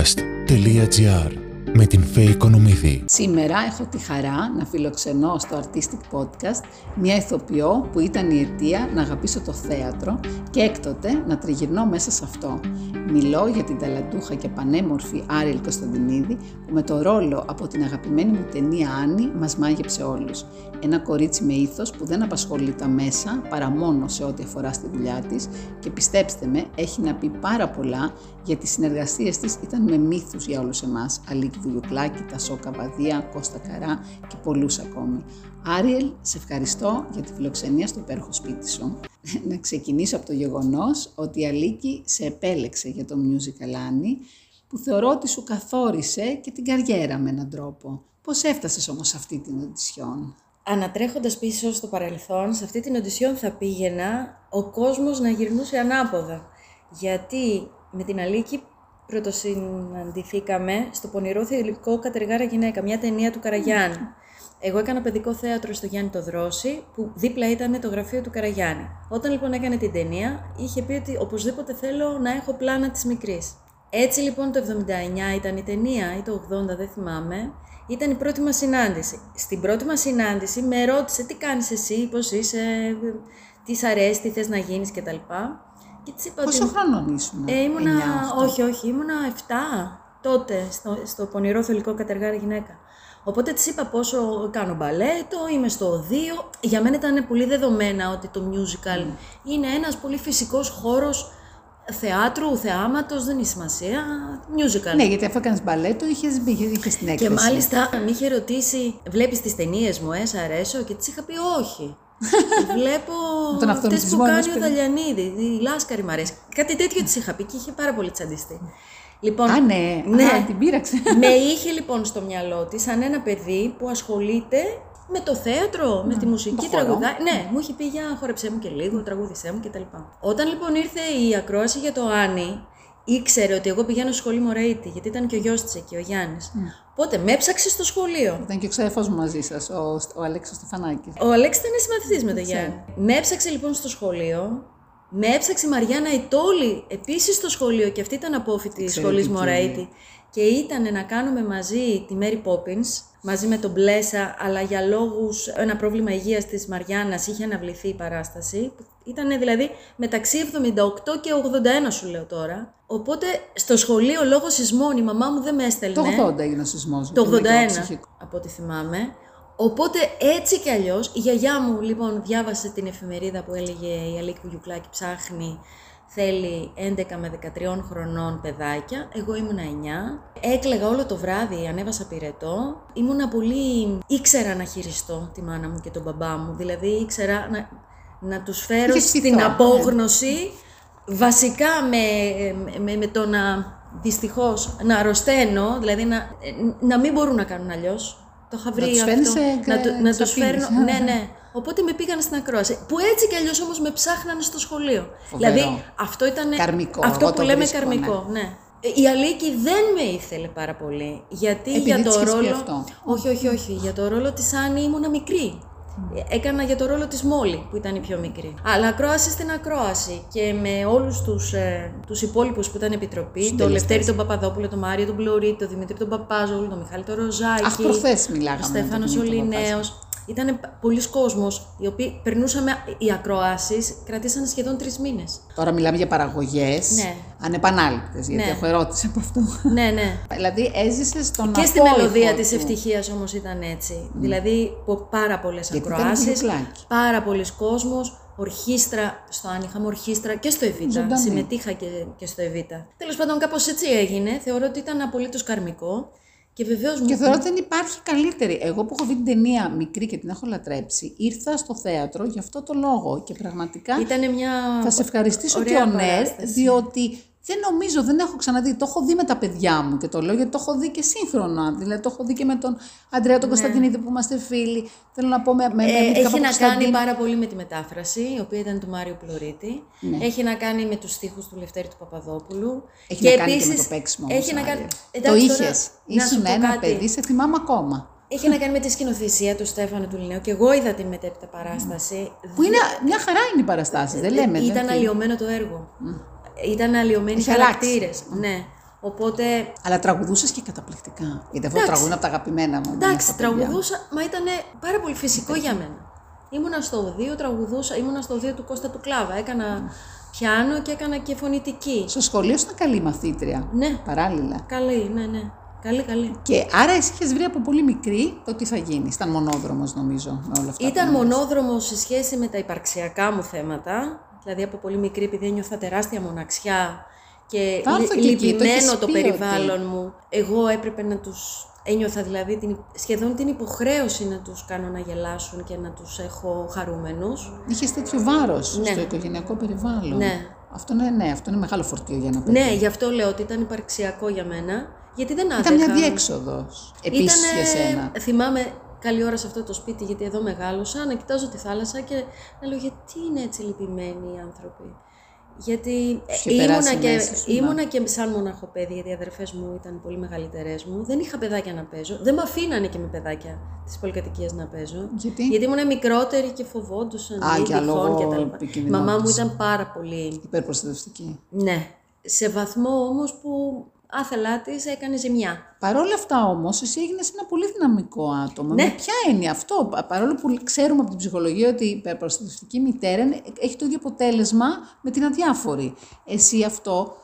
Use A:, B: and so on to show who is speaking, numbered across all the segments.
A: artisticpodcast.gr με την Φέη Κονομίδη.
B: Σήμερα έχω τη χαρά να φιλοξενώ στο Artistic Podcast μια ηθοποιό που ήταν η αιτία να αγαπήσω το θέατρο και έκτοτε να τριγυρνώ μέσα σε αυτό. Μιλώ για την ταλαντούχα και πανέμορφη Άριελ Κωνσταντινίδη που με το ρόλο από την αγαπημένη μου ταινία Άννη μας μάγεψε όλους. Ένα κορίτσι με ήθος που δεν απασχολεί τα μέσα παρά μόνο σε ό,τι αφορά στη δουλειά της και πιστέψτε με έχει να πει πάρα πολλά γιατί οι συνεργασίες της ήταν με μύθους για όλους εμάς, Αλίκη Δουλουκλάκη, Τασό Καβαδία, Κώστα Καρά και πολλούς ακόμη. Άριελ, σε ευχαριστώ για τη φιλοξενία στο υπέροχο σπίτι σου. να ξεκινήσω από το γεγονός ότι η Αλίκη σε επέλεξε για το musical Άννη, που θεωρώ ότι σου καθόρισε και την καριέρα με έναν τρόπο. Πώς έφτασες όμως σε αυτή την οντισιόν.
C: Ανατρέχοντας πίσω στο παρελθόν, σε αυτή την οντισιόν θα πήγαινα ο κόσμος να γυρνούσε ανάποδα. Γιατί με την Αλίκη πρωτοσυναντηθήκαμε στο πονηρό θηλυκό Κατεργάρα Γυναίκα, μια ταινία του Καραγιάννη. Εγώ έκανα παιδικό θέατρο στο Γιάννη το Δρόση, που δίπλα ήταν το γραφείο του Καραγιάννη. Όταν λοιπόν έκανε την ταινία, είχε πει ότι οπωσδήποτε θέλω να έχω πλάνα της μικρής. Έτσι λοιπόν το 79 ήταν η ταινία ή το 80 δεν θυμάμαι, ήταν η πρώτη μας συνάντηση. Στην πρώτη μας συνάντηση με ρώτησε τι κάνεις εσύ, πώς είσαι, τι σ' αρέσει, τι θες να γίνεις κτλ. Και της είπα
B: Πόσο
C: ότι...
B: χρονών ήσουν,
C: Ε, ήμουνα,
B: 9-8.
C: όχι, όχι, ήμουνα 7 τότε στο, στο πονηρό θελικό κατεργάρι γυναίκα. Οπότε της είπα πόσο κάνω μπαλέτο, είμαι στο 2. Για μένα ήταν πολύ δεδομένα ότι το musical είναι ένας πολύ φυσικός χώρος θεάτρου, θεάματος, δεν έχει σημασία, musical.
B: Ναι, γιατί αφού έκανες μπαλέτο, είχες μπει, είχες την έκθεση.
C: Και μάλιστα με είχε ρωτήσει, βλέπεις τις ταινίες μου, ε, σ' αρέσω, και της είχα πει όχι. Βλέπω
B: Με τον
C: αυτές που
B: αυτορμητισμό ενός
C: κάνει ο
B: παιδιού.
C: Δαλιανίδη, η Λάσκαρη μ' αρέσει. Κάτι τέτοιο της είχα πει και είχε πάρα πολύ τσαντιστεί. Λοιπόν,
B: Α, ναι.
C: ναι.
B: Α, την πείραξε.
C: με είχε λοιπόν στο μυαλό τη σαν ένα παιδί που ασχολείται με το θέατρο, με τη μουσική,
B: χορό.
C: τραγουδά. Ναι, μου είχε πει για χορεψέ μου και λίγο, τραγούδισέ μου κτλ. Όταν λοιπόν ήρθε η ακρόαση για το Άννη, ήξερε ότι εγώ πηγαίνω στο σχολείο Μωραίτη, γιατί ήταν και ο γιος της εκεί, ο Γιάννης. Οπότε με έψαξε στο σχολείο.
B: Ήταν και ο ξαδερφός μου μαζί σας, ο, ο Αλέξης Στεφανάκης.
C: Ο Αλέξης ήταν συμμαθητής με τον
B: Ξέρω.
C: Γιάννη. Με έψαξε λοιπόν στο σχολείο. Με έψαξε η Μαριάννα Ιτόλη επίσης στο σχολείο και αυτή ήταν απόφοιτη τη
B: Εξαιρετική.
C: σχολή Μωραίτη. Και ήταν να κάνουμε μαζί τη Mary Poppins, μαζί με τον Μπλέσα, αλλά για λόγους ένα πρόβλημα υγείας της Μαριάννας είχε αναβληθεί η παράσταση. Ήταν δηλαδή μεταξύ 78 και 81, σου λέω τώρα. Οπότε στο σχολείο λόγω σεισμών η μαμά μου δεν με έστελνε.
B: Το 80 έγινε ο σεισμός.
C: Ναι. Το 81,
B: ήταν και ο ψυχικός.
C: από ό,τι θυμάμαι. Οπότε έτσι κι αλλιώς, η γιαγιά μου λοιπόν διάβασε την εφημερίδα που έλεγε η Αλίκη Γιουκλάκη ψάχνει θέλει 11 με 13 χρονών παιδάκια, εγώ ήμουνα 9. Έκλεγα όλο το βράδυ, ανέβασα πυρετό. Ήμουνα πολύ... ήξερα να χειριστώ τη μάνα μου και τον μπαμπά μου, δηλαδή ήξερα να, να τους φέρω
B: Είχες
C: στην
B: πειθό,
C: απόγνωση βασικά με, με, με το να δυστυχώς να αρρωσταίνω, δηλαδή να, να μην μπορούν να κάνουν αλλιώς. Το είχα βρει
B: τους
C: αυτό.
B: φέρνεις σε
C: να,
B: γκρα-
C: του- να τους
B: ξαπίνεις.
C: φέρνω, ναι, ναι. Οπότε με πήγαν στην ακρόαση. Που έτσι κι αλλιώς όμως με ψάχνανε στο σχολείο.
B: Φοβερό.
C: Δηλαδή αυτό ήταν.
B: Καρμικό,
C: Αυτό
B: εγώ
C: που
B: το
C: λέμε
B: βρίσκω,
C: καρμικό. Ναι. Η Αλίκη δεν με ήθελε πάρα πολύ. Γιατί
B: Επειδή
C: για
B: της
C: το
B: είχες πει
C: ρόλο.
B: αυτό.
C: Όχι, όχι, όχι. Για το ρόλο της Άννη ήμουνα μικρή. Ε, Έκανα για το ρόλο της Μόλι που ήταν η πιο μικρή. Αλλά ακρόαση στην ακρόαση και με όλους τους, ε, τους υπόλοιπους που ήταν επιτροπή, τον
B: Συντελεστές.
C: Λευτέρη τον Παπαδόπουλο, τον Μάριο τον Πλωρή, τον Δημήτρη τον Παπάζογλου, τον Μιχάλη τον Ροζάκη,
B: Αχ, προχθές μιλάγαμε
C: ο
B: με τον
C: Στέφανος ο
B: Δημήτρη τον
C: Λινέος. Ήταν πολλοί κόσμος, οι οποίοι περνούσαμε, οι ακροάσεις κρατήσαν σχεδόν τρεις μήνες.
B: Τώρα μιλάμε για παραγωγές
C: Ναι.
B: ανεπανάληπτες, γιατί
C: Ναι.
B: έχω ερώτηση από αυτό.
C: ναι, ναι.
B: δηλαδή έζησες τον
C: Και στη
B: απόϊχο
C: μελωδία της
B: του.
C: ευτυχίας όμως ήταν έτσι. Δηλαδή πο- πάρα πολλές
B: Ναι. Γιατί ήταν
C: ακροάσεις,
B: κουκλάκι.
C: πάρα πολλοί κόσμος, ορχήστρα, στο αν είχαμε ορχήστρα και στο Εβίτα.
B: Ζωντανή.
C: Συμμετείχα και, και στο Εβίτα. Τέλος πάντων κάπως έτσι έγινε. Θεωρώ ότι ήταν απολύτως καρμικό. Και βεβαίως μου...
B: Και θεωρώ ότι δεν υπάρχει καλύτερη. Εγώ που έχω δει την ταινία μικρή και την έχω λατρέψει, ήρθα στο θέατρο γι' αυτό το λόγο. Και πραγματικά
C: Ήτανε μια...
B: θα σε ευχαριστήσω
C: ωραία
B: και ο Νέρ,
C: παράσταση.
B: διότι δεν νομίζω, δεν έχω ξαναδεί. Το έχω δει με τα παιδιά μου και το λέω γιατί το έχω δει και σύγχρονα. Δηλαδή το έχω δει και με τον Αντρέα τον Κωνσταντινίδη που είμαστε φίλοι. Θέλω να πω με. με, με
C: Ναι. Ε,
B: Μίτκα
C: έχει να
B: Παπακοσταντίνη.
C: κάνει πάρα πολύ με τη μετάφραση, η οποία ήταν του Μάριου Πλωρίτη. Έχει να κάνει με τους στίχους του Λευτέρη του Παπαδόπουλου.
B: Ναι. Έχει να κάνει και με το παίξιμο. όμως,
C: Έχει να κάνει...
B: Άρια. Το
C: Εντάξει, τώρα,
B: είχες.
C: να σου
B: Ήσουν
C: πω
B: ένα
C: κάτι.
B: παιδί, σε θυμάμαι ακόμα.
C: Είχε να κάνει με τη σκηνοθεσία του Στέφανου του Λινέου και εγώ είδα την μετέπειτα παράσταση.
B: Που είναι
C: ναι.
B: μια χαρά είναι οι
C: Ε,
B: παραστάσει, δεν λέμε. δεν
C: Ήταν
B: είναι.
C: αλλοιωμένο το έργο. Ήταν αλλοιωμένοι
B: Έχει αλλάξει.
C: χαρακτήρες. Ναι. Οπότε
B: Αλλά τραγουδούσες και καταπληκτικά. Γιατί αυτό το
C: Εντάξει.
B: τραγούδι είναι από τα αγαπημένα μου.
C: Εντάξει,
B: από τα παιδιά.
C: τραγουδούσα, μα ήταν πάρα πολύ φυσικό για μένα. Ήμουνα στο 2, τραγουδούσα, ήμουνα στο 2 του Κώστα του Κλάβα. Έκανα πιάνο και έκανα και φωνητική.
B: Στο σχολείο ήσουν καλή μαθήτρια.
C: Ναι,
B: Παράλληλα.
C: καλή, ναι, ναι. Καλή, καλή.
B: Και άρα εσύ είχες βρει από πολύ μικρή το τι θα γίνει. Ήταν μονόδρομος, νομίζω, με όλα αυτά.
C: Ήταν
B: που μου λες.
C: μονόδρομος σε σχέση με τα υπαρξιακά μου θέματα. Δηλαδή από πολύ μικρή, επειδή ένιωθα τεράστια μοναξιά και
B: Θα έρθω
C: λι-
B: και εκεί, το έχεις
C: λυπημένο το,
B: πει
C: περιβάλλον μου, εγώ έπρεπε να τους ένιωθα δηλαδή την, σχεδόν την υποχρέωση να τους κάνω να γελάσουν και να τους έχω χαρούμενους.
B: Είχες τέτοιο βάρος
C: Ναι.
B: στο οικογενειακό περιβάλλον.
C: Ναι.
B: Αυτό είναι, ναι, αυτό είναι μεγάλο φορτίο για ένα παιδί.
C: Ναι, γι' αυτό λέω ότι ήταν υπαρξιακό για μένα, γιατί δεν άντεχα.
B: Ήταν μια διέξοδος. Επίσης για σένα.
C: Θυμάμαι καλή ώρα σε αυτό το σπίτι, γιατί εδώ μεγάλωσα, να κοιτάζω τη θάλασσα και να λέω γιατί είναι έτσι λυπημένοι οι άνθρωποι. Γιατί ε,
B: Σου είχε περάσει
C: ήμουνα και,
B: μέσα σου, ναι.
C: ήμουνα και σαν μοναχοπέδι, γιατί οι αδερφές μου ήταν πολύ μεγαλύτερες μου. Δεν είχα παιδάκια να παίζω. Δεν με αφήνανε και με παιδάκια της πολυκατοικίας να παίζω.
B: Γιατί?
C: Γιατί ήμουν μικρότερη και φοβόντουσαν.
B: Α,
C: ή
B: για λόγω
C: τυχόν και τα λοιπά. Η
B: επικινδυνότητας.
C: μαμά μου ήταν πάρα πολύ
B: Υπερπροστατευτική.
C: ναι. Σε βαθμό όμως που άθελά της έκανε ζημιά.
B: Παρ' όλα αυτά όμως, εσύ έγινες ένα πολύ δυναμικό άτομο.
C: Ναι.
B: Με ποια έννοια αυτό, πα- παρόλο που ξέρουμε από την ψυχολογία ότι η υπερπροστατευτική μητέρα είναι- έχει το ίδιο αποτέλεσμα με την αδιάφορη. Εσύ αυτό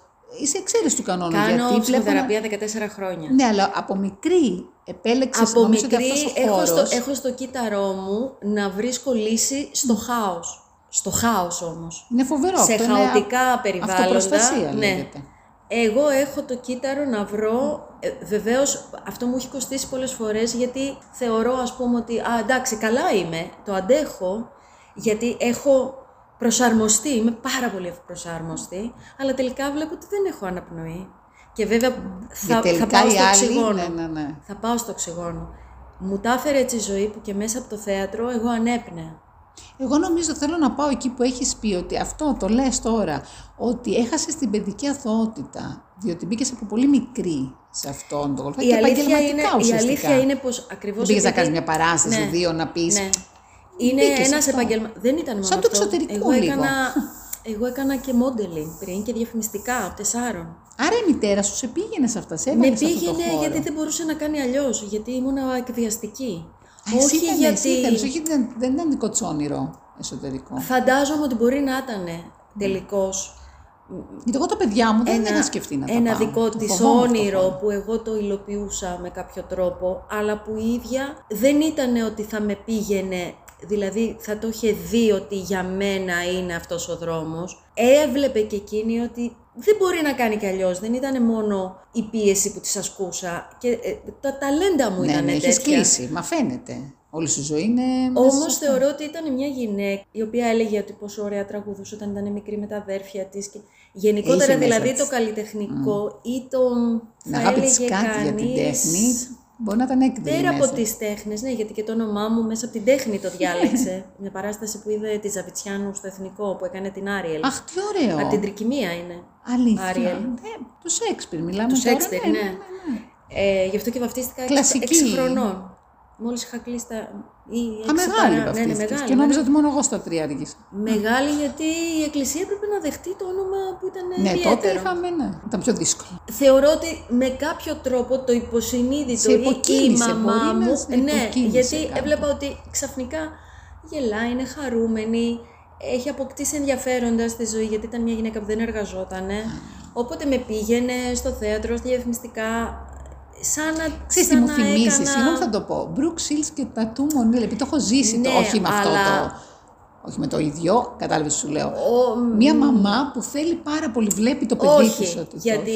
B: είσαι εξαίρεση του κανόνα.
C: Κάνω
B: γιατί βλέπω να-
C: ψυχοθεραπεία 14 χρόνια.
B: Ναι, αλλά από μικρή επέλεξες
C: Από
B: νομίζω
C: μικρή
B: ότι αυτός ο
C: έχω,
B: χώρος...
C: στο, έχω στο κύτταρό μου να βρίσκω λύση στο χάος. Στο χάος όμως.
B: Είναι φοβερό
C: σε
B: αυτό. είναι
C: χαοτικά
B: α-
C: περιβάλλοντα.
B: Αυτοπροστασία
C: ναι.
B: λέγεται.
C: Εγώ έχω το κύτταρο να βρω, ε, βεβαίως αυτό μου έχει κοστίσει πολλές φορές γιατί θεωρώ ας πούμε ότι α, εντάξει καλά είμαι, το αντέχω γιατί έχω προσαρμοστεί, είμαι πάρα πολύ προσαρμοστή αλλά τελικά βλέπω ότι δεν έχω αναπνοή και βέβαια θα,
B: Και
C: θα
B: τελικά
C: πάω
B: οι
C: στο
B: άλλοι...
C: οξυγόνο.
B: Ναι, ναι, ναι.
C: Θα πάω στο οξυγόνο. Μου τα έφερε έτσι η ζωή που και μέσα από το θέατρο εγώ ανέπνεα.
B: Εγώ νομίζω θέλω να πάω εκεί που έχεις πει ότι αυτό το λες τώρα, ότι έχασες την παιδική αθωότητα, διότι μπήκες από πολύ μικρή σε αυτόν τον κολφάκι
C: Η
B: και
C: αλήθεια,
B: επαγγελματικά
C: είναι, η
B: ουσιαστικά.
C: αλήθεια είναι πως ακριβώς...
B: Δεν πήγες να
C: επειδή-
B: κάνεις μια παράσταση,
C: Ναι.
B: δύο να πεις.
C: Ναι. Είναι
B: Μπήκες σε
C: ένας
B: αυτό.
C: επαγγελμα... Δεν ήταν μόνο
B: Σαν το
C: αυτό.
B: εξωτερικό
C: εγώ
B: λίγο.
C: Έκανα... εγώ έκανα και modeling πριν και διαφημιστικά τεσσάρων.
B: Άρα η μητέρα σου σε πήγαινε σε αυτά, σε έβαλε
C: Με
B: σε αυτό το
C: πήγαινε
B: χώρο.
C: γιατί δεν μπορούσε να κάνει αλλιώς, γιατί ήμουν εκβιαστική.
B: Α, εσύ ήταν, εσύ ήθελες, όχι, δεν, δεν ήταν δικό της όνειρο εσωτερικό.
C: Φαντάζομαι ότι μπορεί να ήταν τελικώ
B: Γιατί εγώ τα παιδιά μου δεν
C: ένα,
B: είχα σκεφτεί να τα
C: ένα
B: πάω.
C: δικό
B: Το
C: της
B: φοβόμουν αυτό το
C: όνειρο
B: χώρο.
C: που εγώ το υλοποιούσα με κάποιο τρόπο, αλλά που η ίδια δεν ήταν ότι θα με πήγαινε, δηλαδή θα το είχε δει ότι για μένα είναι αυτός ο δρόμος. Έβλεπε και εκείνη ότι δεν μπορεί να κάνει κι αλλιώς, δεν ήταν μόνο η πίεση που της ασκούσα και ε, τα ταλέντα μου
B: Ναι,
C: ήταν
B: ναι, έχεις
C: τέτοια.
B: κλείσει, μα φαίνεται. Όλη σου η ζωή είναι... μέσα σε
C: Όμω
B: αυτό.
C: θεωρώ ότι ήταν μια γυναίκα η οποία έλεγε ότι πόσο ωραία τραγουδούσε όταν ήταν μικρή με τα αδέρφια της. Και... Γενικότερα
B: Είχε μέσα
C: δηλαδή
B: της.
C: το καλλιτεχνικό ή το.
B: Την
C: θα
B: αγάπη της
C: έλεγε
B: κάτι για την
C: κανείς,
B: τέχνη μπορεί να ήταν έκδηλη
C: Πέρα
B: μέσα.
C: από τις τέχνες, ναι, γιατί και το όνομά μου μέσα από την τέχνη το διάλεξε. μια παράσταση που είδε τη Ζαβιτσιάνου στο Εθνικό που έκανε την Άριελ.
B: Αχ, τι ωραίο.
C: Από την τρικυμία είναι.
B: Αλήθεια.
C: Άριελ.
B: Ναι, του Σέξπιρ μιλάμε
C: Του
B: τώρα.
C: Σέξπιρ,
B: ναι,
C: ναι. Ε, γι' αυτό και βαφτίστηκα 6
B: Κλασική.
C: χρονών. Μόλις είχα κλείσει τα. ή
B: Α,
C: έξι
B: μεγάλη
C: παρά- ναι, ναι,
B: βαφτίστηκες.
C: μεγάλη,
B: Και
C: μεγάλη.
B: νόμιζα ότι μόνο εγώ στα τρία αργήσα.
C: Μεγάλη γιατί η Εκκλησία έπρεπε να δεχτεί το όνομα που ήταν
B: Ναι,
C: ιδιαίτερο.
B: τότε είχαμε, ναι. Ήταν πιο δύσκολο.
C: Θεωρώ ότι με κάποιο τρόπο το υποσυνείδητο
B: Σε υποκίνησε,
C: η μαμά
B: μπορείς να
C: μου,
B: σε
C: ναι,
B: υποκίνησε
C: γιατί
B: κάπου.
C: έβλεπα ότι ξαφνικά γελάει, είναι χαρούμενη, έχει αποκτήσει ενδιαφέροντα στη ζωή γιατί ήταν μια γυναίκα που δεν εργαζότανε. Οπότε με πήγαινε στο θέατρο, στη διαφημιστικά, σαν να
B: Ξέρεις τι
C: σαν
B: μου
C: να
B: θυμίζεις,
C: έκανα-
B: συγγνώμη θα το πω. Μπρουκ Σίλς και τα του Μονίλ, επειδή το έχω ζήσει το,
C: Ναι,
B: όχι με αυτό
C: αλλά-
B: το... Όχι με το ίδιο, κατάλαβες τι σου λέω.
C: Ο-
B: Μία μαμά που θέλει πάρα πολύ, βλέπει το παιδί της
C: Όχι,
B: ότι το-
C: γιατί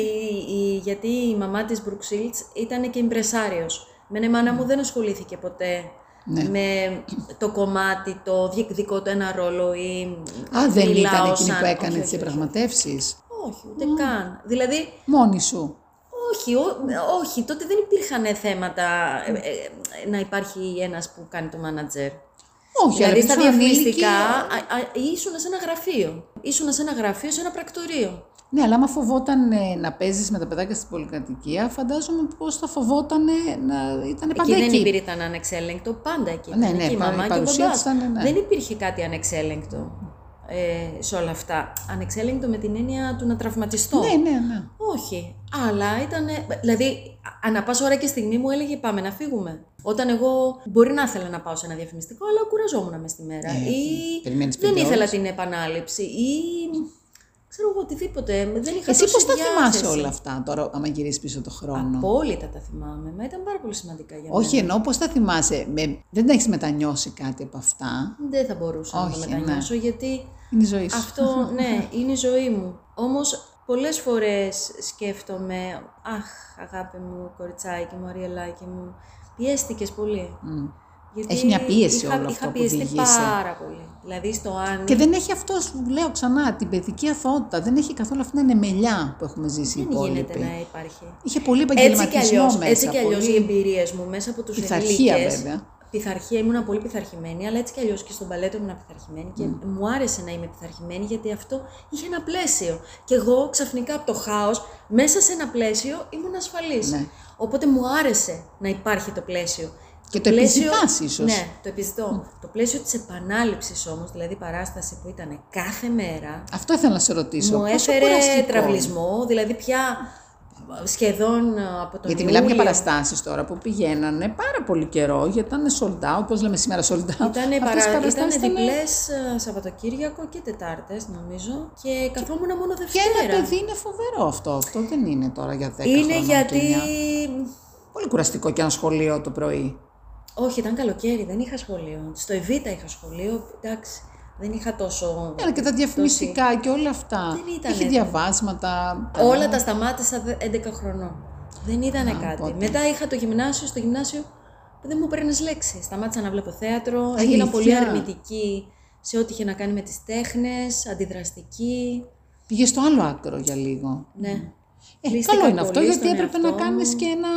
C: η, γιατί η μαμά της Μπρουξίλτς ήταν και ιμπρεσάριος. Μένα η μάνα μου δεν ασχολήθηκε ποτέ
B: Ναι.
C: με το κομμάτι, το διεκδικώ το ένα ρόλο ή
B: Α, δεν ήταν
C: μιλάω
B: εκείνη
C: σαν-
B: που έκανε τις
C: όχι, όχι, όχι.
B: διαπραγματεύσεις.
C: Όχι, ούτε καν. Δηλαδή,
B: Μόνη σου.
C: όχι, ό- όχι, τότε δεν υπήρχαν θέματα ε, ε, να υπάρχει ένας που κάνει το μάνατζερ.
B: Όχι,
C: δηλαδή
B: αλλά
C: στα
B: στα
C: διαφημιστικά α- α- ήσουν σε ένα γραφείο. Ήσουν σε ένα γραφείο, σε ένα πρακτορείο.
B: Ναι, αλλά άμα φοβόταν ε, να παίζεις με τα παιδάκια στην πολυκατοικία, φαντάζομαι πώ θα φοβόταν να ήταν
C: Εκεί
B: πάντα
C: δεν
B: εκεί.
C: υπήρχε ήταν ανεξέλεγκτο, πάντα εκεί.
B: Ναι,
C: ήταν
B: ναι,
C: εκεί η
B: πάντα η
C: μαμά και ο
B: παρουσία
C: μπαμπάς.
B: της ήταν, ναι.
C: Δεν υπήρχε κάτι ανεξέλεγκτο. ε, σε όλα αυτά. Ανεξέλεγκτο με την έννοια του να τραυματιστώ.
B: Ναι, ναι, ναι.
C: Όχι. Αλλά ήταν. Δηλαδή, ανά πάσα ώρα και στιγμή μου έλεγε πάμε να φύγουμε. Όταν εγώ μπορεί να ήθελα να πάω σε ένα διαφημιστικό, αλλά κουραζόμουν μες στη μέρα.
B: Ε,
C: ή
B: περιμένεις
C: δεν
B: πέντε
C: ήθελα
B: ώρες.
C: την επανάληψη. Ή ξέρω εγώ οτιδήποτε. Δεν είχα
B: Εσύ
C: τόση
B: πώς τα θυμάσαι
C: διάθεση.
B: όλα αυτά τώρα, άμα γυρίσεις πίσω το χρόνο.
C: Απόλυτα τα θυμάμαι. Μα ήταν πάρα πολύ σημαντικά για μένα.
B: Όχι, εννοώ πώς τα θυμάσαι. Με... Δεν τα έχεις μετανιώσει κάτι από αυτά.
C: Δεν θα μπορούσα
B: Όχι,
C: να
B: ναι.
C: το μετανιώσω γιατί
B: Είναι η ζωή σου.
C: αυτό ναι, είναι η ζωή μου. Όμως πολλές φορές σκέφτομαι, αχ αγάπη μου, κοριτσάκι μου, αριελάκι μου, πιέστηκες πολύ.
B: Μμ.
C: Γιατί
B: Έχει μια πίεση
C: είχα,
B: όλο αυτό
C: είχα
B: που
C: πιεστεί
B: διηγείσαι.
C: πάρα πολύ. Δηλαδή στο αν
B: Και δεν έχει αυτός, σου λέω ξανά, την παιδική αθωότητα. Δεν έχει καθόλου αυτήν την ενεμελιά που έχουμε ζήσει οι
C: δεν
B: υπόλοιποι.
C: γίνεται να υπάρχει.
B: Είχε πολύ
C: Έτσι κι
B: επαγγελματισμό
C: αλλιώς,
B: μέσα.
C: έτσι κι αλλιώς
B: πολύ
C: οι εμπειρίες μου μέσα από τους
B: Πειθαρχία,
C: ενήλικες-
B: βέβαια.
C: Πειθαρχία, ήμουν πολύ πειθαρχημένη, αλλά έτσι κι αλλιώς και στον παλέτο ήμουν πειθαρχημένη και
B: Mm.
C: μου άρεσε να είμαι πειθαρχημένη γιατί αυτό είχε ένα πλαίσιο. Και εγώ ξαφνικά από το χάος, μέσα σε ένα πλαίσιο ήμουν ασφαλής.
B: Ναι.
C: Οπότε μου άρεσε να υπάρχει το πλαίσιο.
B: Και το επιζητάς ίσως. Mm.
C: Ναι, το επιζητώ. Το πλαίσιο της επανάληψης όμως, δηλαδή η παράσταση που ήταν κάθε μέρα,
B: Αυτό ήθελα να σε ρωτήσω.
C: μου
B: Πόσο
C: έφερε
B: κουραστικό.
C: τραυλισμό, δηλαδή πια σχεδόν α, από τον
B: Γιατί μιλάμε για
C: Ιούλιο.
B: παραστάσεις τώρα που πηγαίνανε πάρα πολύ καιρό, γιατί ήταν sold out. Πώ λέμε σήμερα sold out.
C: Ήτανε,
B: Αυτές οι
C: παρα...
B: παραστάσεις
C: ήτανε
B: ήτανε
C: διπλές ε, Σαββατοκύριακο και Τετάρτες νομίζω και καθόμουν
B: Για
C: μόνο Δευτέρα.
B: ένα παιδί είναι φοβερό αυτό. Αυτό δεν είναι τώρα για 10
C: Είναι
B: χρόνια
C: γιατί...
B: Πολύ κουραστικό και ένα σχολείο το πρωί.
C: Όχι, ήταν καλοκαίρι, δεν είχα σχολείο. Στο Εβίτα είχα σχολείο, εντάξει, δεν είχα τόσο...
B: Ναι, αλλά και τα διαφημιστικά και όλα αυτά.
C: Δεν ήταν ε?
B: Έχει
C: έτοιμο.
B: διαβάσματα.
C: Όλα τα σταμάτησα δε- 11 χρονών. Δεν ήταν κάτι.
B: πότε.
C: Μετά είχα το γυμνάσιο, στο γυμνάσιο δεν μου παίρνει λέξη. Σταμάτησα να βλέπω θέατρο,
B: Αλήθεια.
C: έγινα πολύ αρνητική σε ό,τι είχε να κάνει με τις τέχνες, αντιδραστική.
B: Πήγες στο άλλο άκρο για λίγο.
C: Ναι.
B: Ε,
C: Κλείστηκα
B: καλό είναι αυτό,
C: πολύ
B: γιατί
C: στον
B: έπρεπε
C: εαυτό
B: να κάνεις
C: μου.
B: και ένα,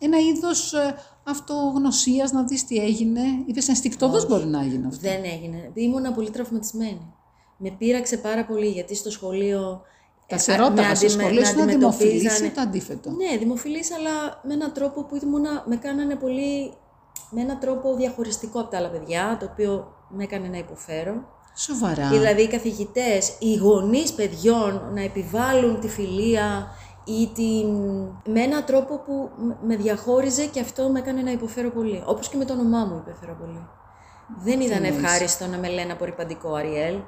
B: ένα είδος ε, αυτογνωσίας, να δεις τι έγινε. Είπες ενστικτόδος μπορεί να γίνει αυτό.
C: Δεν έγινε. Ήμουνα πολύ τραυματισμένη. Με πείραξε πάρα πολύ γιατί στο σχολείο.
B: Τα
C: ε,
B: σε
C: α-
B: ρώταγα
C: με
B: στο
C: αντιμε-
B: σχολείο
C: με
B: σου να δημοφιλείς
C: αντιμετωπίζανε-
B: ή το αντίθετο.
C: Ναι, δημοφιλής, αλλά με έναν τρόπο που ήμουνα, με κάνανε πολύ. με έναν τρόπο διαχωριστικό από τα άλλα παιδιά, το οποίο με έκανε να υποφέρω.
B: Σοβαρά.
C: Δηλαδή, οι καθηγητές, οι γονείς παιδιών να επιβάλλουν τη φιλία ή την... με έναν τρόπο που με- με διαχώριζε και αυτό με έκανε να υποφέρω πολύ. Όπως και με το όνομά μου υπέφερα πολύ. Δεν ήταν
B: εννοείς?
C: ευχάριστο να με λένε απορριπαντικό Αριέλ.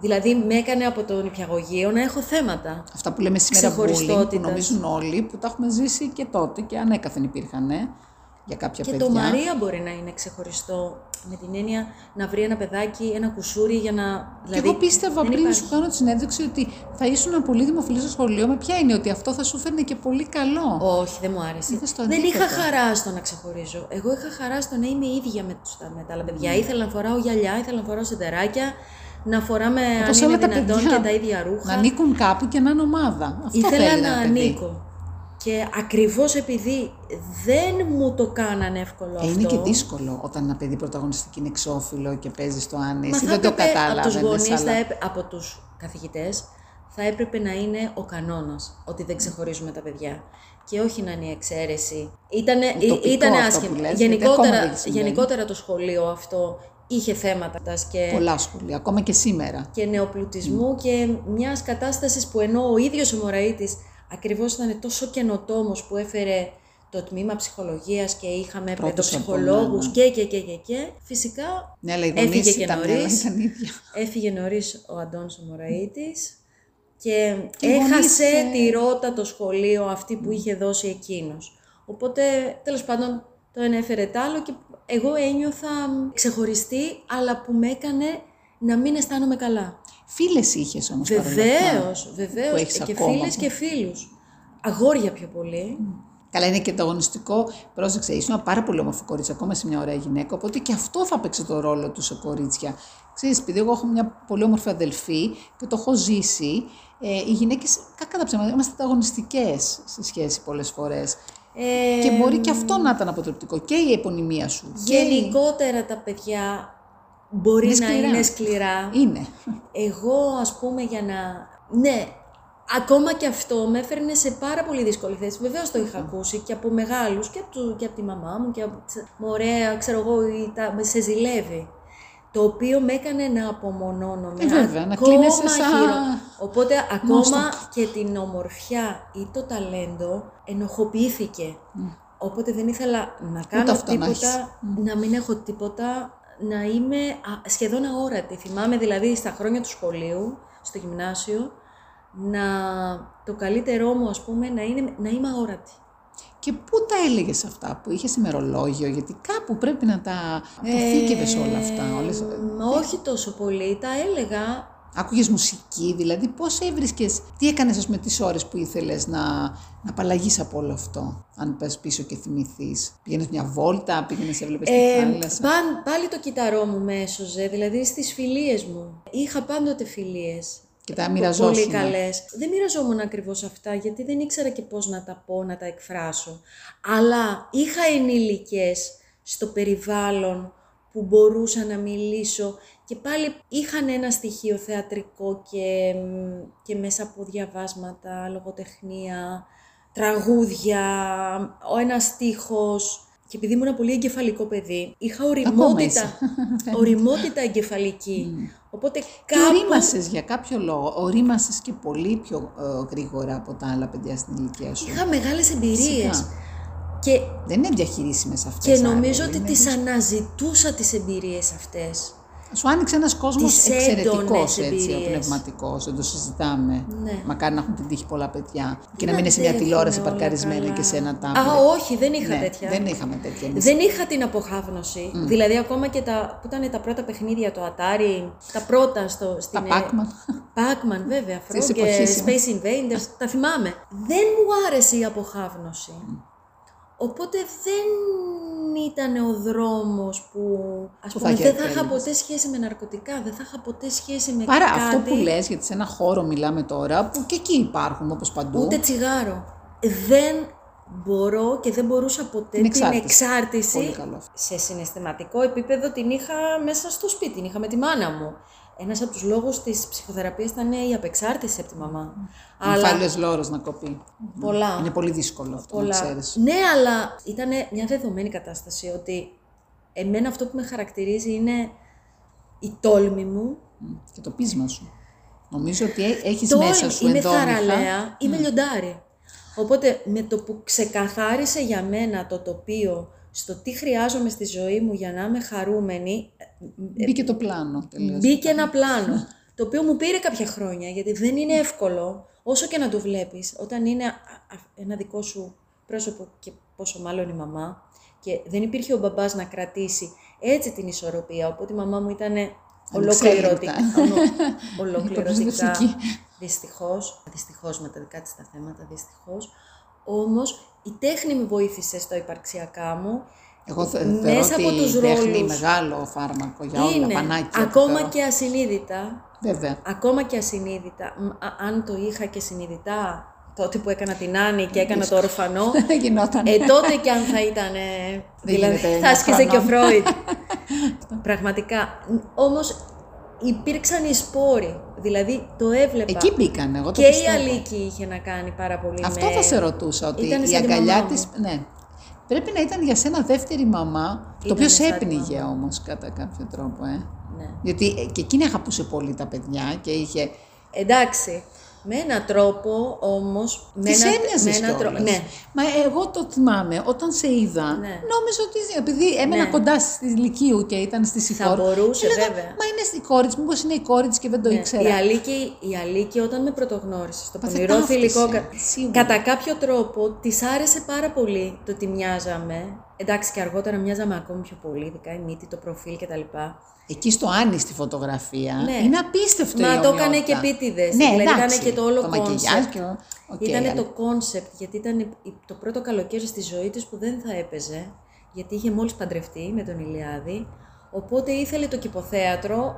C: Δηλαδή, με έκανε από τον νηπιαγωγείο να έχω θέματα.
B: Αυτά που λέμε σήμερα bullying, που
C: Ξεχωριστότητας.
B: νομίζουν όλοι, που τα έχουμε ζήσει και τότε και ανέκαθεν υπήρχαν για κάποια
C: Και
B: παιδιά.
C: το Μαρία μπορεί να είναι ξεχωριστό με την έννοια να βρει ένα παιδάκι, ένα κουσούρι για να. Δηλαδή-
B: και εγώ πίστευα
C: δεν
B: πριν
C: υπάρχει.
B: σου κάνω τη συνέντευξη ότι θα ήσουν πολύ δημοφιλής στο σχολείο. Με ποια είναι ότι αυτό θα σου φέρνει και πολύ καλό.
C: Όχι, δεν μου άρεσε.
B: Είδες το
C: δεν
B: αντίθετο.
C: είχα χαρά στο να ξεχωρίζω. Εγώ είχα χαρά στο να είμαι ίδια με, τους, με τα άλλα
B: Ναι.
C: παιδιά. Ήθελα να φοράω γυαλιά, ήθελα να φοράω σιδεράκια, να φοράμε αν
B: Όπως
C: είναι
B: όλα τα
C: δυνατόν
B: παιδιά.
C: και τα ίδια ρούχα.
B: Να ανήκουν κάπου και να είναι ομάδα. Αυτό
C: ήθελα
B: θέλει
C: να
B: ένα παιδί.
C: ανήκω. Και ακριβώς επειδή δεν μου το κάνανε εύκολο
B: Ε,
C: αυτό.
B: είναι και δύσκολο όταν ένα παιδί πρωταγωνιστική είναι εξώφυλλο και παίζει στο Άννη.
C: Μα
B: Εσύ
C: θα
B: δεν το
C: έπρεπε από τους
B: κατάλαβε.
C: γονείς, θα έπρε- από τους καθηγητές, θα έπρεπε να είναι ο κανόνας ότι δεν ξεχωρίζουμε τα παιδιά και όχι να είναι η εξαίρεση. Ήτανε, ή-
B: τοπικό
C: ήτανε
B: αυτό
C: άσχημο.
B: που λες, γιατί ακόμα δεν
C: γενικότερα,
B: συμβαίνει.
C: γενικότερα το σχολείο αυτό είχε θέματα και,
B: Πολλά σχολεία, ακόμα και σήμερα.
C: και νεοπλουτισμού και μιας κατάστασης που ενώ ο ίδιος ο Μωραήτης ακριβώς ήταν τόσο καινοτόμος που έφερε το τμήμα ψυχολογίας και είχαμε
B: Πρώτος από
C: παιδοψυχολόγους
B: μένα.
C: και, και, και, και, και. Φυσικά
B: Ναι, αλλά οι
C: Έφυγε
B: γονείς
C: και
B: ήταν, αλλά
C: νωρίς.
B: ήταν ίδια.
C: Έφυγε νωρίς ο Αντώνης ο Μωραΐτης και
B: Και
C: έχασε
B: γονείς, ε,
C: τη ρότα το σχολείο αυτή που είχε δώσει εκείνος. Οπότε, τέλος πάντων, το ένα έφερε τ' άλλο και εγώ ένιωθα ξεχωριστή, αλλά που με έκανε να μην αισθάνομαι καλά.
B: Φίλες είχες όμως
C: Βεβαίως,
B: Που
C: βεβαίως.
B: έχεις
C: Και
B: ακόμα.
C: φίλες και φίλους. Αγόρια πιο πολύ.
B: Καλά, είναι και ανταγωνιστικό. Πρόσεξε, ήσουν ένα πάρα πολύ όμορφο κορίτσι, ακόμα σε μια ωραία γυναίκα. Οπότε και αυτό θα παίξει το ρόλο του σε κορίτσια. Ξέρεις, επειδή εγώ έχω μια πολύ όμορφη αδελφή και το έχω ζήσει, ε, οι γυναίκες, κακά τα ψέματα, είμαστε ανταγωνιστικές σε σχέση πολλές φορές.
C: Ε,
B: και μπορεί και αυτό να ήταν αποτρεπτικό. Και η επωνυμία σου. και η-
C: Γενικότερα τα παιδιά μπορεί
B: Είναι
C: να
B: σκληρά.
C: είναι σκληρά.
B: Είναι.
C: Εγώ, ας πούμε, για να. Ναι, ακόμα και αυτό με έφερνε σε πάρα πολύ δύσκολη θέση. Βεβαίως το είχα ακούσει και από μεγάλους και, από του- και από τη μαμά μου και από. Μωρέα, ξέρω εγώ, ή τα... σε ζηλεύει. το οποίο με έκανε να απομονώνομαι.
B: Ε, βέβαια, να
C: ακόμα
B: κλείνεσαι σαν-
C: χειρο- Οπότε ακόμα
B: Μόστο.
C: και την ομορφιά ή το ταλέντο ενοχοποιήθηκε. Οπότε δεν ήθελα να κάνω
B: αυτό να έχεις.
C: τίποτα, να, μην έχω τίποτα, να είμαι α- σχεδόν αόρατη. Θυμάμαι δηλαδή στα χρόνια του σχολείου, στο γυμνάσιο, να το καλύτερό μου ας πούμε να, είναι, να είμαι αόρατη.
B: Και πού τα έλεγες αυτά που είχες ημερολόγιο, γιατί κάπου πρέπει να τα αποθήκευες όλα αυτά. Όλες...
C: Μ, Ε, όχι τόσο πολύ, τα έλεγα
B: Άκουγες μουσική, δηλαδή πώς έβρισκες, τι έκανες ας πούμε τις ώρες που ήθελες να, να απαλλαγείς από όλο αυτό, αν πας πίσω και θυμηθείς. Πήγαινες μια βόλτα, πήγαινες, έβλεπες
C: Ε,
B: τη θάλασσα.
C: πάν- πάλι το κυταρό μου με έσωζε, δηλαδή στις φιλίες μου. Είχα πάντοτε φιλίες.
B: Και τα
C: πο-
B: μοιραζόσουν.
C: Πολύ καλές. Δεν μοιραζόμουν ακριβώς αυτά, γιατί δεν ήξερα και πώς να τα πω, να τα εκφράσω. Αλλά είχα ενήλικες στο περιβάλλον που μπορούσα να μιλήσω και πάλι είχαν ένα στοιχείο θεατρικό και, μ, και μέσα από διαβάσματα, λογοτεχνία, τραγούδια, ο ένας στίχος. Και επειδή ήμουν πολύ εγκεφαλικό παιδί, είχα οριμότητα,
B: είσαι. Mm.
C: οριμότητα εγκεφαλική. Οπότε
B: Και
C: κάπου...
B: ορίμασες για κάποιο λόγο, ορίμασες και πολύ πιο ε, γρήγορα από τα άλλα παιδιά στην ηλικία σου.
C: Είχα μεγάλες εμπειρίες.
B: Φυσικά.
C: Και,
B: Δεν είναι διαχειρίσιμες αυτές.
C: και
B: Άρη,
C: νομίζω ότι
B: είναι-
C: τις αναζητούσα τις εμπειρίες αυτές.
B: Σου άνοιξε ένας κόσμος
C: Τις
B: εξαιρετικός
C: έντονες
B: έτσι, ο
C: εμπειρίες.
B: πνευματικός, δεν το συζητάμε.
C: Ναι.
B: Μακάρι να έχουν την τύχη πολλά παιδιά. Και να
C: Δεν
B: μην είναι σε μια
C: αντέχουν
B: τηλεόραση
C: όλα
B: παρκαρισμένη
C: καλά.
B: και σε ένα τάμπλετ.
C: Α, όχι, δεν είχα
B: Ναι,
C: τέτοια.
B: Δεν Mm. είχαμε τέτοια. εμείς.
C: Δεν είχα την αποχάβνωση. Δηλαδή, ακόμα και τα, που ήταν τα πρώτα παιχνίδια, το Atari, τα πρώτα στο,
B: Τα
C: στην... ε,
B: Pac-Man.
C: Pac-Man, βέβαια,
B: Της
C: Frogger,
B: εποχής είναι.
C: Space Invaders, τα θυμάμαι. Δεν μου άρεσε η αποχάβνωση. Οπότε δεν ήταν ο δρόμος που, ας
B: Που θα
C: πούμε, δεν θα είχα
B: διατέλεγες.
C: ποτέ σχέση με ναρκωτικά, δεν θα είχα ποτέ σχέση με
B: Παρά
C: κάτι,
B: αυτό που λες, γιατί σε ένα χώρο μιλάμε τώρα, που και εκεί υπάρχουν όπως παντού.
C: ούτε τσιγάρο. Δεν μπορώ και δεν μπορούσα ποτέ
B: Την
C: την
B: εξάρτηση.
C: εξάρτηση,
B: Πολύ καλό αυτό.
C: σε συναισθηματικό επίπεδο την είχα μέσα στο σπίτι, την είχα με τη μάνα μου. Ένας από τους λόγους της ψυχοθεραπείας ήταν ε, η απεξάρτηση από τη μαμά.
B: Αλλά... λόρος να κοπεί.
C: Πολλά.
B: Είναι πολύ δύσκολο αυτό να
C: Πολλά.
B: ξέρεις.
C: Ναι, αλλά ήταν μια δεδομένη κατάσταση ότι εμένα αυτό που με χαρακτηρίζει είναι η τόλμη μου.
B: Και το πείσμα σου. Νομίζω ότι έ- έχεις
C: Τόλμη,
B: μέσα σου Ναι.
C: είμαι
B: ενδόμηχα.
C: θαραλέα, είμαι λιοντάρι. Οπότε με το που ξεκαθάρισε για μένα το τοπίο στο τι χρειάζομαι στη ζωή μου για να είμαι χαρούμενη,
B: Μπήκε το πλάνο τελείως.
C: Μπήκε ένα πλάνο, το οποίο μου πήρε κάποια χρόνια, γιατί δεν είναι εύκολο, όσο και να το βλέπεις, όταν είναι α- α- ένα δικό σου πρόσωπο και πόσο μάλλον η μαμά, και δεν υπήρχε ο μπαμπάς να κρατήσει έτσι την ισορροπία, οπότε η μαμά μου ήταν ολοκληρωτικά.
B: Ανεξέλεγκτα.
C: ολοκληρωτικά,
B: Υποπροσδοτική.
C: ναι, δυστυχώς, δυστυχώς με τα δικά της τα θέματα, δυστυχώς, όμως η τέχνη με βοήθησε στο υπαρξιακά μου,
B: Εγώ θε-
C: Μέσα
B: θεωρώ
C: από
B: ότι
C: τους
B: η τέχνη
C: ρόλους.
B: μεγάλο φάρμακο για όλα,
C: είναι
B: πανάκια.
C: ακόμα
B: θεωρώ.
C: και ασυνείδητα,
B: Βέβαια.
C: ακόμα και ασυνείδητα, μ, α- αν το είχα και συνειδητά, τότε που έκανα την Άννη και έκανα το ορφανό,
B: Γινόταν.
C: ε, τότε και αν θα ήταν, ε,
B: Δεν
C: δηλαδή,
B: γίνεται
C: θα
B: ένα
C: άσκησε και ο
B: ορφανό.
C: Φρόιντ. Πραγματικά. Όμως υπήρξαν οι σπόροι, δηλαδή το έβλεπα.
B: Εκεί μπήκαν, εγώ το
C: και η
B: πιστεύω.
C: Αλίκη είχε να κάνει πάρα πολύ
B: Αυτό
C: με-
B: θα σε ρωτούσα, ότι
C: Ήταν
B: η
C: σαν τη
B: αγκαλιά
C: μαμά
B: της...
C: μου.
B: Ναι. Πρέπει να ήταν για σένα δεύτερη μαμά, το οποίο
C: Ήτανε
B: σε
C: σαν τη
B: έπνιγε όμως κατά κάποιο τρόπο, ε.
C: Ναι.
B: Γιατί ε, και εκείνη αγαπούσε πολύ τα παιδιά και είχε...
C: Εντάξει. Με έναν τρόπο όμως... Με
B: Της
C: ένα-
B: έμοιαζε
C: με έναν τρόπο. Ναι.
B: Μα εγώ το θυμάμαι, όταν σε είδα,
C: Ναι.
B: νόμιζα ότι. Επειδή έμενα
C: Ναι.
B: κοντά στη Λυκείου και ήταν στη Σιφόρ.
C: μπορούσε,
B: έλεγα,
C: βέβαια.
B: Μα είναι η κόρη της, μήπως είναι η κόρη της και δεν το
C: Ναι,
B: ήξερα.
C: Η Αλίκη, η Αλίκη όταν με πρωτογνώρισε στο
B: Πάθε
C: πονηρό
B: ταύτιση,
C: θηλυκό, κα-
B: σίγουρα.
C: κατά κάποιο τρόπο της άρεσε πάρα πολύ το ότι μοιάζαμε. Εντάξει και αργότερα μοιάζαμε ακόμη πιο πολύ, ειδικά η μύτη, το προφίλ κτλ.
B: Εκεί στο Άννη στη φωτογραφία.
C: Ναι.
B: Είναι απίστευτο η
C: Μα το έκανε
B: ομοιότητα.
C: και επίτηδες.
B: Ναι,
C: δηλαδή
B: εντάξει.
C: ήταν και το όλο
B: το μακιγιάζ
C: κόνσεπτ.
B: και ο- Οκ,
C: Ήταν
B: αλλά-
C: το κόνσεπτ, γιατί ήταν η- το πρώτο καλοκαίρι στη ζωή της που δεν θα έπαιζε, γιατί είχε μόλις παντρευτεί με τον Ηλιάδη, οπότε ήθελε το κηποθέατρο α,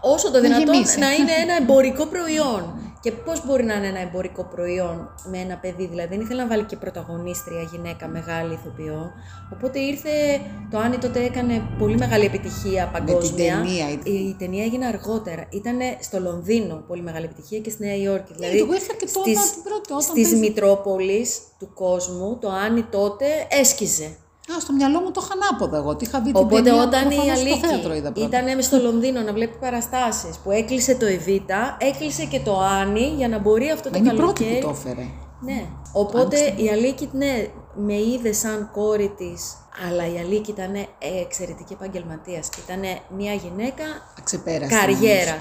C: όσο το
B: Να
C: δυνατόν
B: γεμίσει.
C: να είναι ένα εμπορικό προϊόν. Και πώς μπορεί να είναι ένα εμπορικό προϊόν με ένα παιδί, δηλαδή δεν ήθελε να βάλει και πρωταγωνίστρια γυναίκα μεγάλη ηθοποιό. Οπότε ήρθε, το Άννη τότε έκανε πολύ μεγάλη επιτυχία παγκόσμια.
B: ταινία.
C: Η, η ταινία έγινε αργότερα. Ήταν στο Λονδίνο πολύ μεγάλη επιτυχία και στη Νέα Υόρκη.
B: Ναι,
C: Δηλαδή,
B: εγώ ήρθα και το
C: στις-
B: είδα την πρώτη, όταν
C: στις
B: παίζει.
C: Μητρόπολεις του κόσμου, το Άννη τότε έσκιζε.
B: Α, στο μυαλό μου το είχα ανάποδα εγώ. Τι είχα δει την
C: Οπότε
B: ταινία,
C: όταν η
B: προφανώς στο θέατρο
C: Αλίκη
B: είδα πρώτα.
C: ήταν στο Λονδίνο να βλέπει παραστάσεις που έκλεισε το Εβίτα, έκλεισε και το Άνι για να μπορεί αυτό
B: Μα
C: το
B: είναι η πρώτη
C: καλοκαίρι.
B: που το έφερε.
C: Ναι. Οπότε η Αλίκη, ναι, με είδε σαν κόρη της, αλλά η Αλίκη ήταν εξαιρετική επαγγελματίας. Ήταν μια γυναίκα
B: Αξεπέραστη.
C: καριέρας.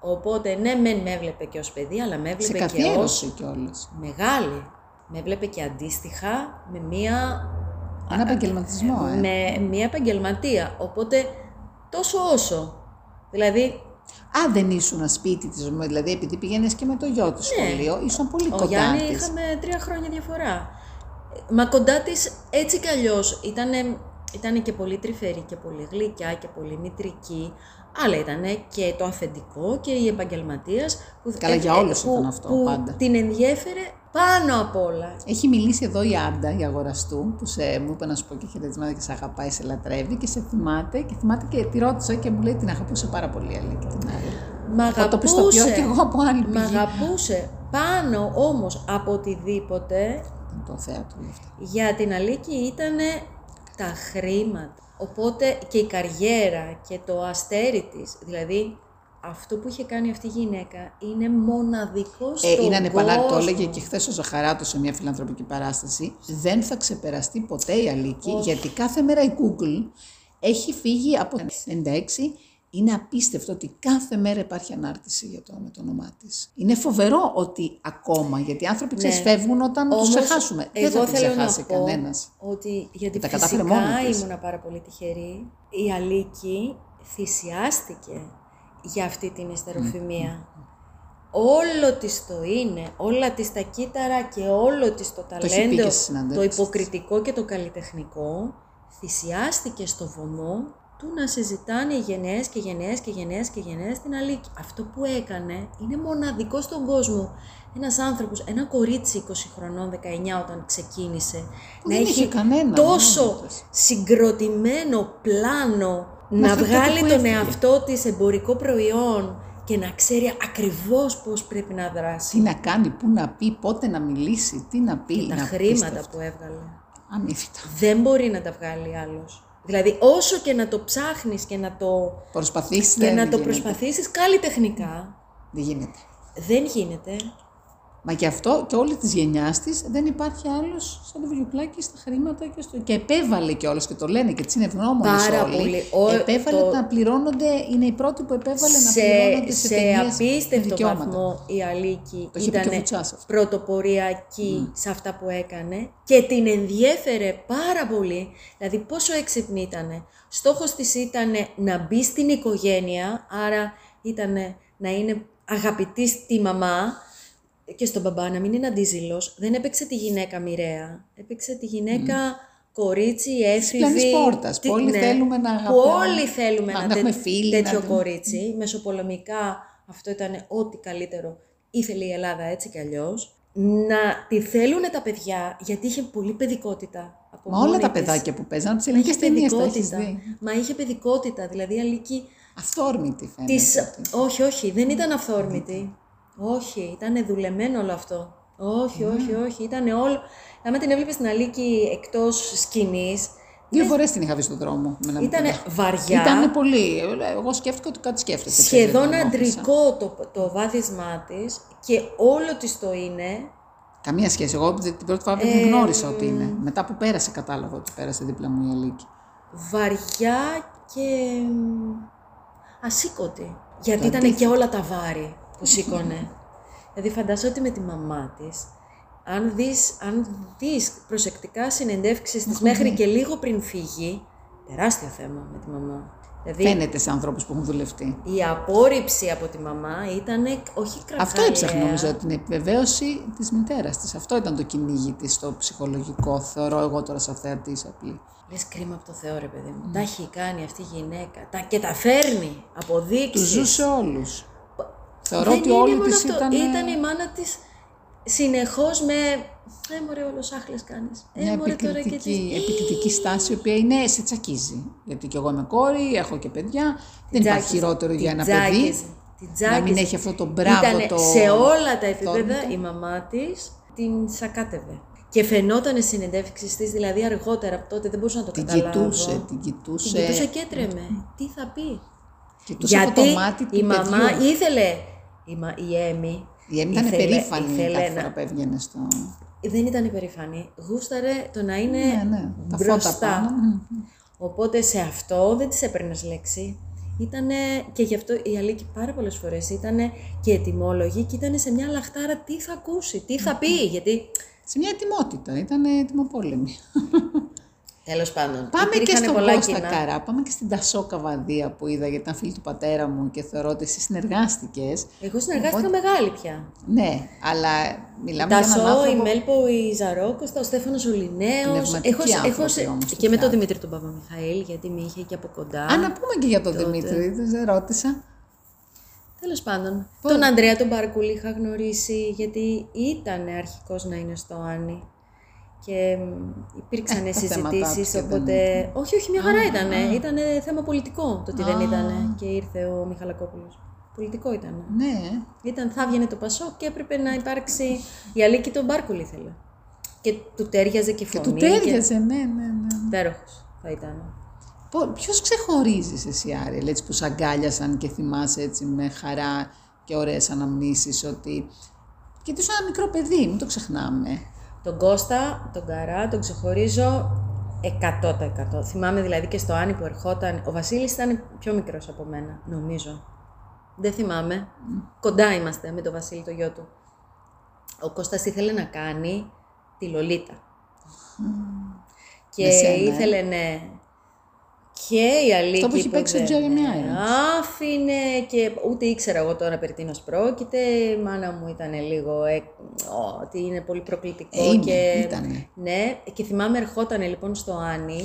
C: Οπότε ναι, μεν με έβλεπε και ως παιδί, αλλά με
B: Σε
C: έβλεπε και ω
B: καθιέρωση κιόλας.
C: μεγάλη. Με έβλεπε και αντίστοιχα με μια
B: Ένα επαγγελματισμό, ε.
C: με μια επαγγελματία. Οπότε τόσο όσο. Δηλαδή,
B: Α, δεν ήσουν σπίτι της, δηλαδή επειδή πηγαίνεις και με το γιο του σχολείο, ήσουν πολύ
C: Ναι. ο
B: κοντά
C: Γιάννη
B: της.
C: είχαμε τρία χρόνια διαφορά. Μα κοντά της έτσι κι αλλιώς ήταν ήτανε και πολύ τρυφερή και πολύ γλυκιά και πολύ μητρική. Αλλά ήταν και το αφεντικό και η επαγγελματίας.
B: Καλά, για όλους ήταν αυτό,
C: ε, που
B: πάντα.
C: Την ενδιέφερε πάνω απ' όλα.
B: Έχει μιλήσει εδώ η Άντα, η αγοραστού, που σε, μου είπε να σου πω και χαιρετισμένα και σε αγαπάει, σε λατρεύει και σε θυμάται. Και θυμάται και τη ρώτησα και μου λέει την αγαπούσε πάρα πολύ, Αλή, και την άλλη.
C: Μ'
B: Θα το πιστοποιώ
C: αγαπούσε.
B: κι εγώ από άλλη
C: Μ'
B: πηγή.
C: αγαπούσε πάνω όμως από οτιδήποτε
B: Το θέατρο γι' αυτό.
C: για την Αλίκη ήταν τα χρήματα. Οπότε και η καριέρα και το αστέρι της, δηλαδή αυτό που είχε κάνει αυτή η γυναίκα είναι μοναδικός στον
B: Ε, είναι
C: κόσμο.
B: ανεπανάληπτο, το έλεγε και χθες ο Ζαχαράτος σε μια φιλανθρωπική παράσταση. Δεν θα ξεπεραστεί ποτέ η Αλίκη, γιατί κάθε μέρα η Google έχει φύγει από το 96. Είναι απίστευτο ότι κάθε μέρα υπάρχει ανάρτηση για το, με το όνομά της. Είναι φοβερό ότι ακόμα, γιατί οι άνθρωποι ξέρεις, φεύγουν όταν τους
C: Ναι. Όμως,
B: ξεχάσουμε.
C: εγώ
B: Δεν θα την
C: θέλω να
B: ξεχάσει
C: πω
B: κανένας.
C: Ότι γιατί
B: Τα κατάφερε
C: φυσικά
B: μόνη της.
C: ήμουνα πάρα πολύ τυχερή. Η Αλίκη θυσιάστηκε για αυτή την ιστεροφημία. Όλο της το είναι, όλα της τα κύτταρα και όλο της το
B: έχει πει και
C: ταλέντο,
B: στις συναντεύξεις
C: το
B: της.
C: υποκριτικό και το καλλιτεχνικό, θυσιάστηκε στο βωμό του να συζητάνε οι γενναίες και γενναίες και γενναίες και γενναίες την Αλίκη. Αυτό που έκανε είναι μοναδικό στον κόσμο. Ένας άνθρωπος, ένα κορίτσι 20 χρονών, 19 όταν ξεκίνησε,
B: Που δεν είχε κανένα,
C: τόσο
B: ναι, όντως.
C: συγκροτημένο πλάνο να
B: τότε
C: βγάλει
B: που
C: τον
B: έφυγε.
C: εαυτό της εμπορικό προϊόν και να ξέρει ακριβώς πώς πρέπει να δράσει.
B: Τι να κάνει, πού να πει, πότε να μιλήσει, τι να πει.
C: τα
B: είναι
C: χρήματα
B: απίστευτο.
C: που έβγαλε.
B: Ανίφτα.
C: Δεν μπορεί να τα βγάλει άλλος. Δηλαδή, όσο και να το ψάχνεις και να το,
B: Προσπαθήστε.
C: και να
B: δεν
C: το
B: γίνεται.
C: προσπαθήσεις καλλιτεχνικά,
B: Δεν γίνεται.
C: δεν γίνεται.
B: Μα γι' αυτό και όλη της γενιάς της δεν υπάρχει άλλος σαν το βιβλιοπλάκι στα χρήματα και, στο... και επέβαλε και όλες και το λένε και τη είναι ευγνώμονες
C: Πάρα
B: όλοι.
C: πολύ. Ο-
B: επέβαλε
C: το-
B: να πληρώνονται, είναι η πρώτη που επέβαλε να πληρώνονται
C: σε,
B: σε,
C: σε
B: ταινίες
C: απίστευτο
B: δικαιώματα.
C: βαθμό η Αλίκη
B: Το είχε πει και ο
C: ήταν
B: Βουτσάς αυτό. Ναι.
C: πρωτοποριακή σε αυτά που έκανε και την ενδιέφερε πάρα πολύ, δηλαδή πόσο έξυπνη ήταν. Στόχος της ήταν να μπει στην οικογένεια, άρα ήταν να είναι αγαπητής στη μαμά και στον μπαμπά, να μην είναι αντίζηλος. Δεν έπαιξε τη γυναίκα μοιραία, έπαιξε τη γυναίκα... Κορίτσι, έφηβη.
B: Ναι. πλανής πόρτας, που
C: τι-
B: όλοι θέλουμε να
C: Που
B: αγαπάμε,
C: όλοι θέλουμε
B: να-
C: να,
B: να έχουμε
C: τέ-
B: φίλοι, να
C: τέτοιο
B: την-
C: κορίτσι. Μεσοπολεμικά αυτό ήταν ό,τι καλύτερο ήθελε η Ελλάδα έτσι κι αλλιώς. Να τη θέλουν τα παιδιά, γιατί είχε πολύ παιδικότητα. Από
B: Μα όλα
C: μόνη
B: τα
C: της.
B: παιδάκια που παίζανε τις
C: Μα
B: ελληνικέ
C: είχε
B: ταινίες τα έχεις
C: παιδικότητα.
B: δει.
C: Μα είχε παιδικότητα, δηλαδή η Αλίκη
B: Αυθόρμητη φαίνεται.
C: της...
B: ότι.
C: Όχι, όχι, δεν ήταν αυθόρμητη. Όχι, ήταν δουλεμένο όλο αυτό. Όχι,
B: Ναι.
C: όχι, όχι, ήταν όλο... Άμα την έβλεπες στην Αλίκη εκτός σκηνής,
B: Δύο φορές την είχα δει στον δρόμο. με ένα
C: ήταν
B: μικρό.
C: βαριά.
B: Ήτανε πολύ. Εγώ σκέφτηκα ότι κάτι σκέφτεται.
C: σχεδόν
B: Ξέρετε,
C: αντρικό το, το βάθισμά της και όλο της το είναι.
B: Καμία σχέση. Εγώ την πρώτη φορά που την γνώρισα ότι είναι.
C: Ε,
B: Μετά που πέρασε, κατάλαβα ότι πέρασε δίπλα μου η Αλίκη.
C: βαριά και μ, ασήκωτη. Γιατί
B: Το
C: ήταν και
B: αντίθετο.
C: όλα τα βάρη που σήκωνε. δηλαδή φαντάζομαι ότι με τη μαμά της, αν δεις, αν δεις προσεκτικά συνεντεύξεις της μέχρι και λίγο πριν φύγει, τεράστιο θέμα με τη μαμά. Δηλαδή
B: Φαίνεται σε ανθρώπους που έχουν δουλευτεί.
C: η απόρριψη από τη μαμά ήταν όχι κραυγαλαία.
B: Αυτό έψαχνε νομίζω, την επιβεβαίωση της μητέρας της. Αυτό ήταν το κυνήγι της, το ψυχολογικό, θεωρώ εγώ τώρα σαν θεατή απλή.
C: Λες κρίμα από το Θεό, ρε παιδί
B: Mm.
C: μου. Τα έχει κάνει αυτή η γυναίκα. Τα, και τα φέρνει. Αποδείξεις.
B: Τους ζούσε όλους. Θεωρώ
C: Δεν
B: ότι
C: είναι
B: όλοι
C: μόνο
B: της
C: αυτό.
B: ήταν. ε,
C: Ήταν η μάνα της συνεχώς με. Ε, μωρέ, όλος άχλες κάνεις. Ε,
B: Μια
C: μωρέ, τώρα και τις...
B: επικριτική, επικριτική στάση, η οποία είναι σε τσακίζει. Γιατί κι εγώ είμαι κόρη, έχω και παιδιά. Δεν υπάρχει
C: Τζάκιζε.
B: χειρότερο για
C: Την
B: ένα
C: τζάκιζε.
B: παιδί.
C: Την
B: Να μην
C: τζάκιζε.
B: έχει αυτό το μπράβο
C: Ήτανε
B: το.
C: σε όλα τα επίπεδα
B: αυθόρμητο.
C: η μαμά της την σακάτευε. Και φαινόταν συνεντεύξεις της, δηλαδή αργότερα από τότε δεν μπορούσα να το
B: Την
C: καταλάβω.
B: κοιτούσε, την
C: Την
B: κοιτούσε.
C: κοιτούσα και έτρεμε. Τι θα πει.
B: Κοιτούσε από το μάτι του
C: η μαμά
B: παιδιού.
C: ήθελε. Η, μα- η Έμι.
B: Η Έμι ήταν
C: ήθελε-
B: περήφανη
C: ήθελε
B: κάθε
C: να-
B: φορά που έβγαινε στο...
C: Δεν ήταν υπερήφανη. Γούσταρε το να είναι
B: Ναι, ναι, τα φώτα
C: μπροστά.
B: πάνω. Μμμ.
C: Οπότε σε αυτό δεν της έπαιρνε λέξη. Ήτανε, και γι' αυτό η Αλίκη πάρα πολλές φορές ήταν και ετοιμόλογη και ήταν σε μια λαχτάρα τι θα ακούσει, τι θα πει, γιατί
B: Σε μια ετοιμότητα, ήταν ετοιμοπόλεμη.
C: τέλος πάντων
B: Πάμε και
C: υπήρχαν
B: στον
C: πολλά
B: Κώστα
C: κοινά.
B: Καρά, πάμε και στην Τασό Καβαδία που είδα γιατί ήταν φίλη του πατέρα μου και θεωρώ ότι εσύ συνεργάστηκες.
C: Εγώ συνεργάστηκα μεγάλη πια.
B: Ναι, αλλά μιλάμε για έναν
C: Τασό, η
B: άνθρωπο...
C: Μέλπο, η Ζαρόκοστα, ο Στέφανος ο Λινέος.
B: Πνευματικοί άνθρωποι όμως στο
C: και με τον
B: θεάτρο.
C: Δημήτρη τον Παπαμιχαήλ, γιατί με είχε και από κοντά.
B: Α, να πούμε και για τον Δημήτρη, δεν ρώτησα.
C: Τέλος πάντων. Τον Ανδρέα τον Παρκούλη είχα γνωρίσει γιατί ήταν αρχικός να είναι στο Άννη. Και μ, υπήρξαν
B: Ε, τα θέματα τους
C: συζητήσει.
B: και δεν
C: Οπότε. Όχι, όχι, μια χαρά ήταν. Ήταν θέμα πολιτικό το ότι δεν
B: Α.
C: ήταν. Και ήρθε ο Μιχαλακόπουλος. Πολιτικό ήταν.
B: Ναι,
C: Ήταν, θα βγαίνει το Πασό και έπρεπε να υπάρξει. Η Αλίκη τον Μπάρκουλη ήθελε. Και του τέριαζε και
B: και
C: φωνή.
B: του τέριαζε, ναι, ναι, ναι.
C: Υπέροχο θα ήταν.
B: Ποιος ξεχωρίζεις εσύ, Άριελ, έτσι που σ' αγκάλιασαν και θυμάσαι έτσι με χαρά και ωραίες αναμνήσεις ότι. Γιατί ήσουν ένα μικρό παιδί, μην το ξεχνάμε.
C: Τον Κώστα, τον Καρά, τον ξεχωρίζω 100%. Θυμάμαι δηλαδή και στο Άννη που ερχόταν. Ο Βασίλης ήταν πιο μικρός από μένα, νομίζω. Δεν θυμάμαι.
B: Mm.
C: Κοντά είμαστε με τον Βασίλη, το γιο του. Ο Κώστας ήθελε να κάνει τη Λολίτα. Και
B: Με σένα, ε.
C: ήθελε, ναι. Και η Αλίκη
B: Αυτό που έχει παίξει ο
C: δεν
B: Jeremy
C: με
B: Irons.
C: Άφηνε και ούτε ήξερα εγώ τώρα περί τίνος πρόκειται. Η μάνα μου ήταν λίγο εκ- ο, ότι είναι πολύ προκλητικό.
B: Ε, είναι,
C: και...
B: ήτανε.
C: Ναι, και θυμάμαι ερχόταν λοιπόν στο Άνι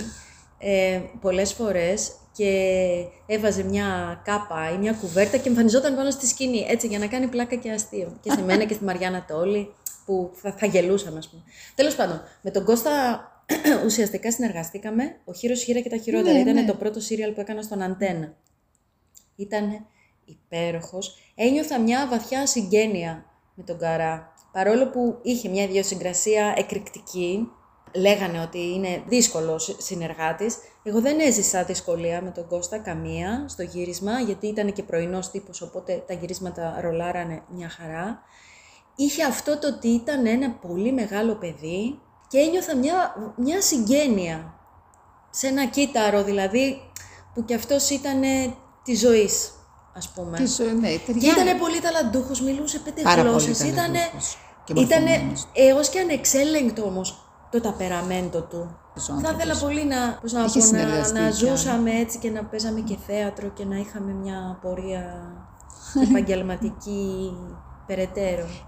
C: ε, πολλές φορές και έβαζε μια κάπα ή μια κουβέρτα και εμφανιζόταν πάνω στη σκηνή, έτσι, για να κάνει πλάκα και αστείο. Και σε μένα και στη Μαριάννα Τόλη, που θα, θα γελούσαμε, ας πούμε. Τέλος πάντων, με τον Κώστα ουσιαστικά συνεργαστήκαμε. Ο Χείρος Χείρα και τα Χειρότερα
B: Ναι,
C: δηλαδή ήταν
B: ναι.
C: το πρώτο σύριαλ που έκανα στον Αντένα. Ήταν υπέροχος. Ένιωθα μια βαθιά συγγένεια με τον Καρά. Παρόλο που είχε μια ιδιοσυγκρασία εκρηκτική, λέγανε ότι είναι δύσκολος συνεργάτης, εγώ δεν έζησα δυσκολία με τον Κώστα καμία στο γύρισμα, γιατί ήταν και πρωινός τύπος, οπότε τα γυρίσματα ρολάρανε μια χαρά. Είχε αυτό το ότι ήταν ένα πολύ μεγάλο παιδί και ένιωθα μια, μια συγγένεια σε ένα κύτταρο δηλαδή, που κι αυτός ήταν της ζωής, ας πούμε.
B: Τι σου- ναι,
C: Και
B: ταιριάζει.
C: ήταν πολύ ταλαντούχος, μιλούσε πέντε
B: Πάρα πολύ
C: γλώσσες, ήτανε,
B: ταλαντούχος και
C: ήτανε
B: μορφωμένος.
C: έως και ανεξέλεγκτο όμως το ταπεραμέντο του.
B: Τους
C: Θα
B: άνθρωπους.
C: ήθελα πολύ να, πώς να,
B: Είχε
C: πω, να,
B: συνεργαστεί
C: να
B: κι αν.
C: ζούσαμε έτσι και να παίζαμε και θέατρο και να είχαμε μια πορεία επαγγελματική περαιτέρω.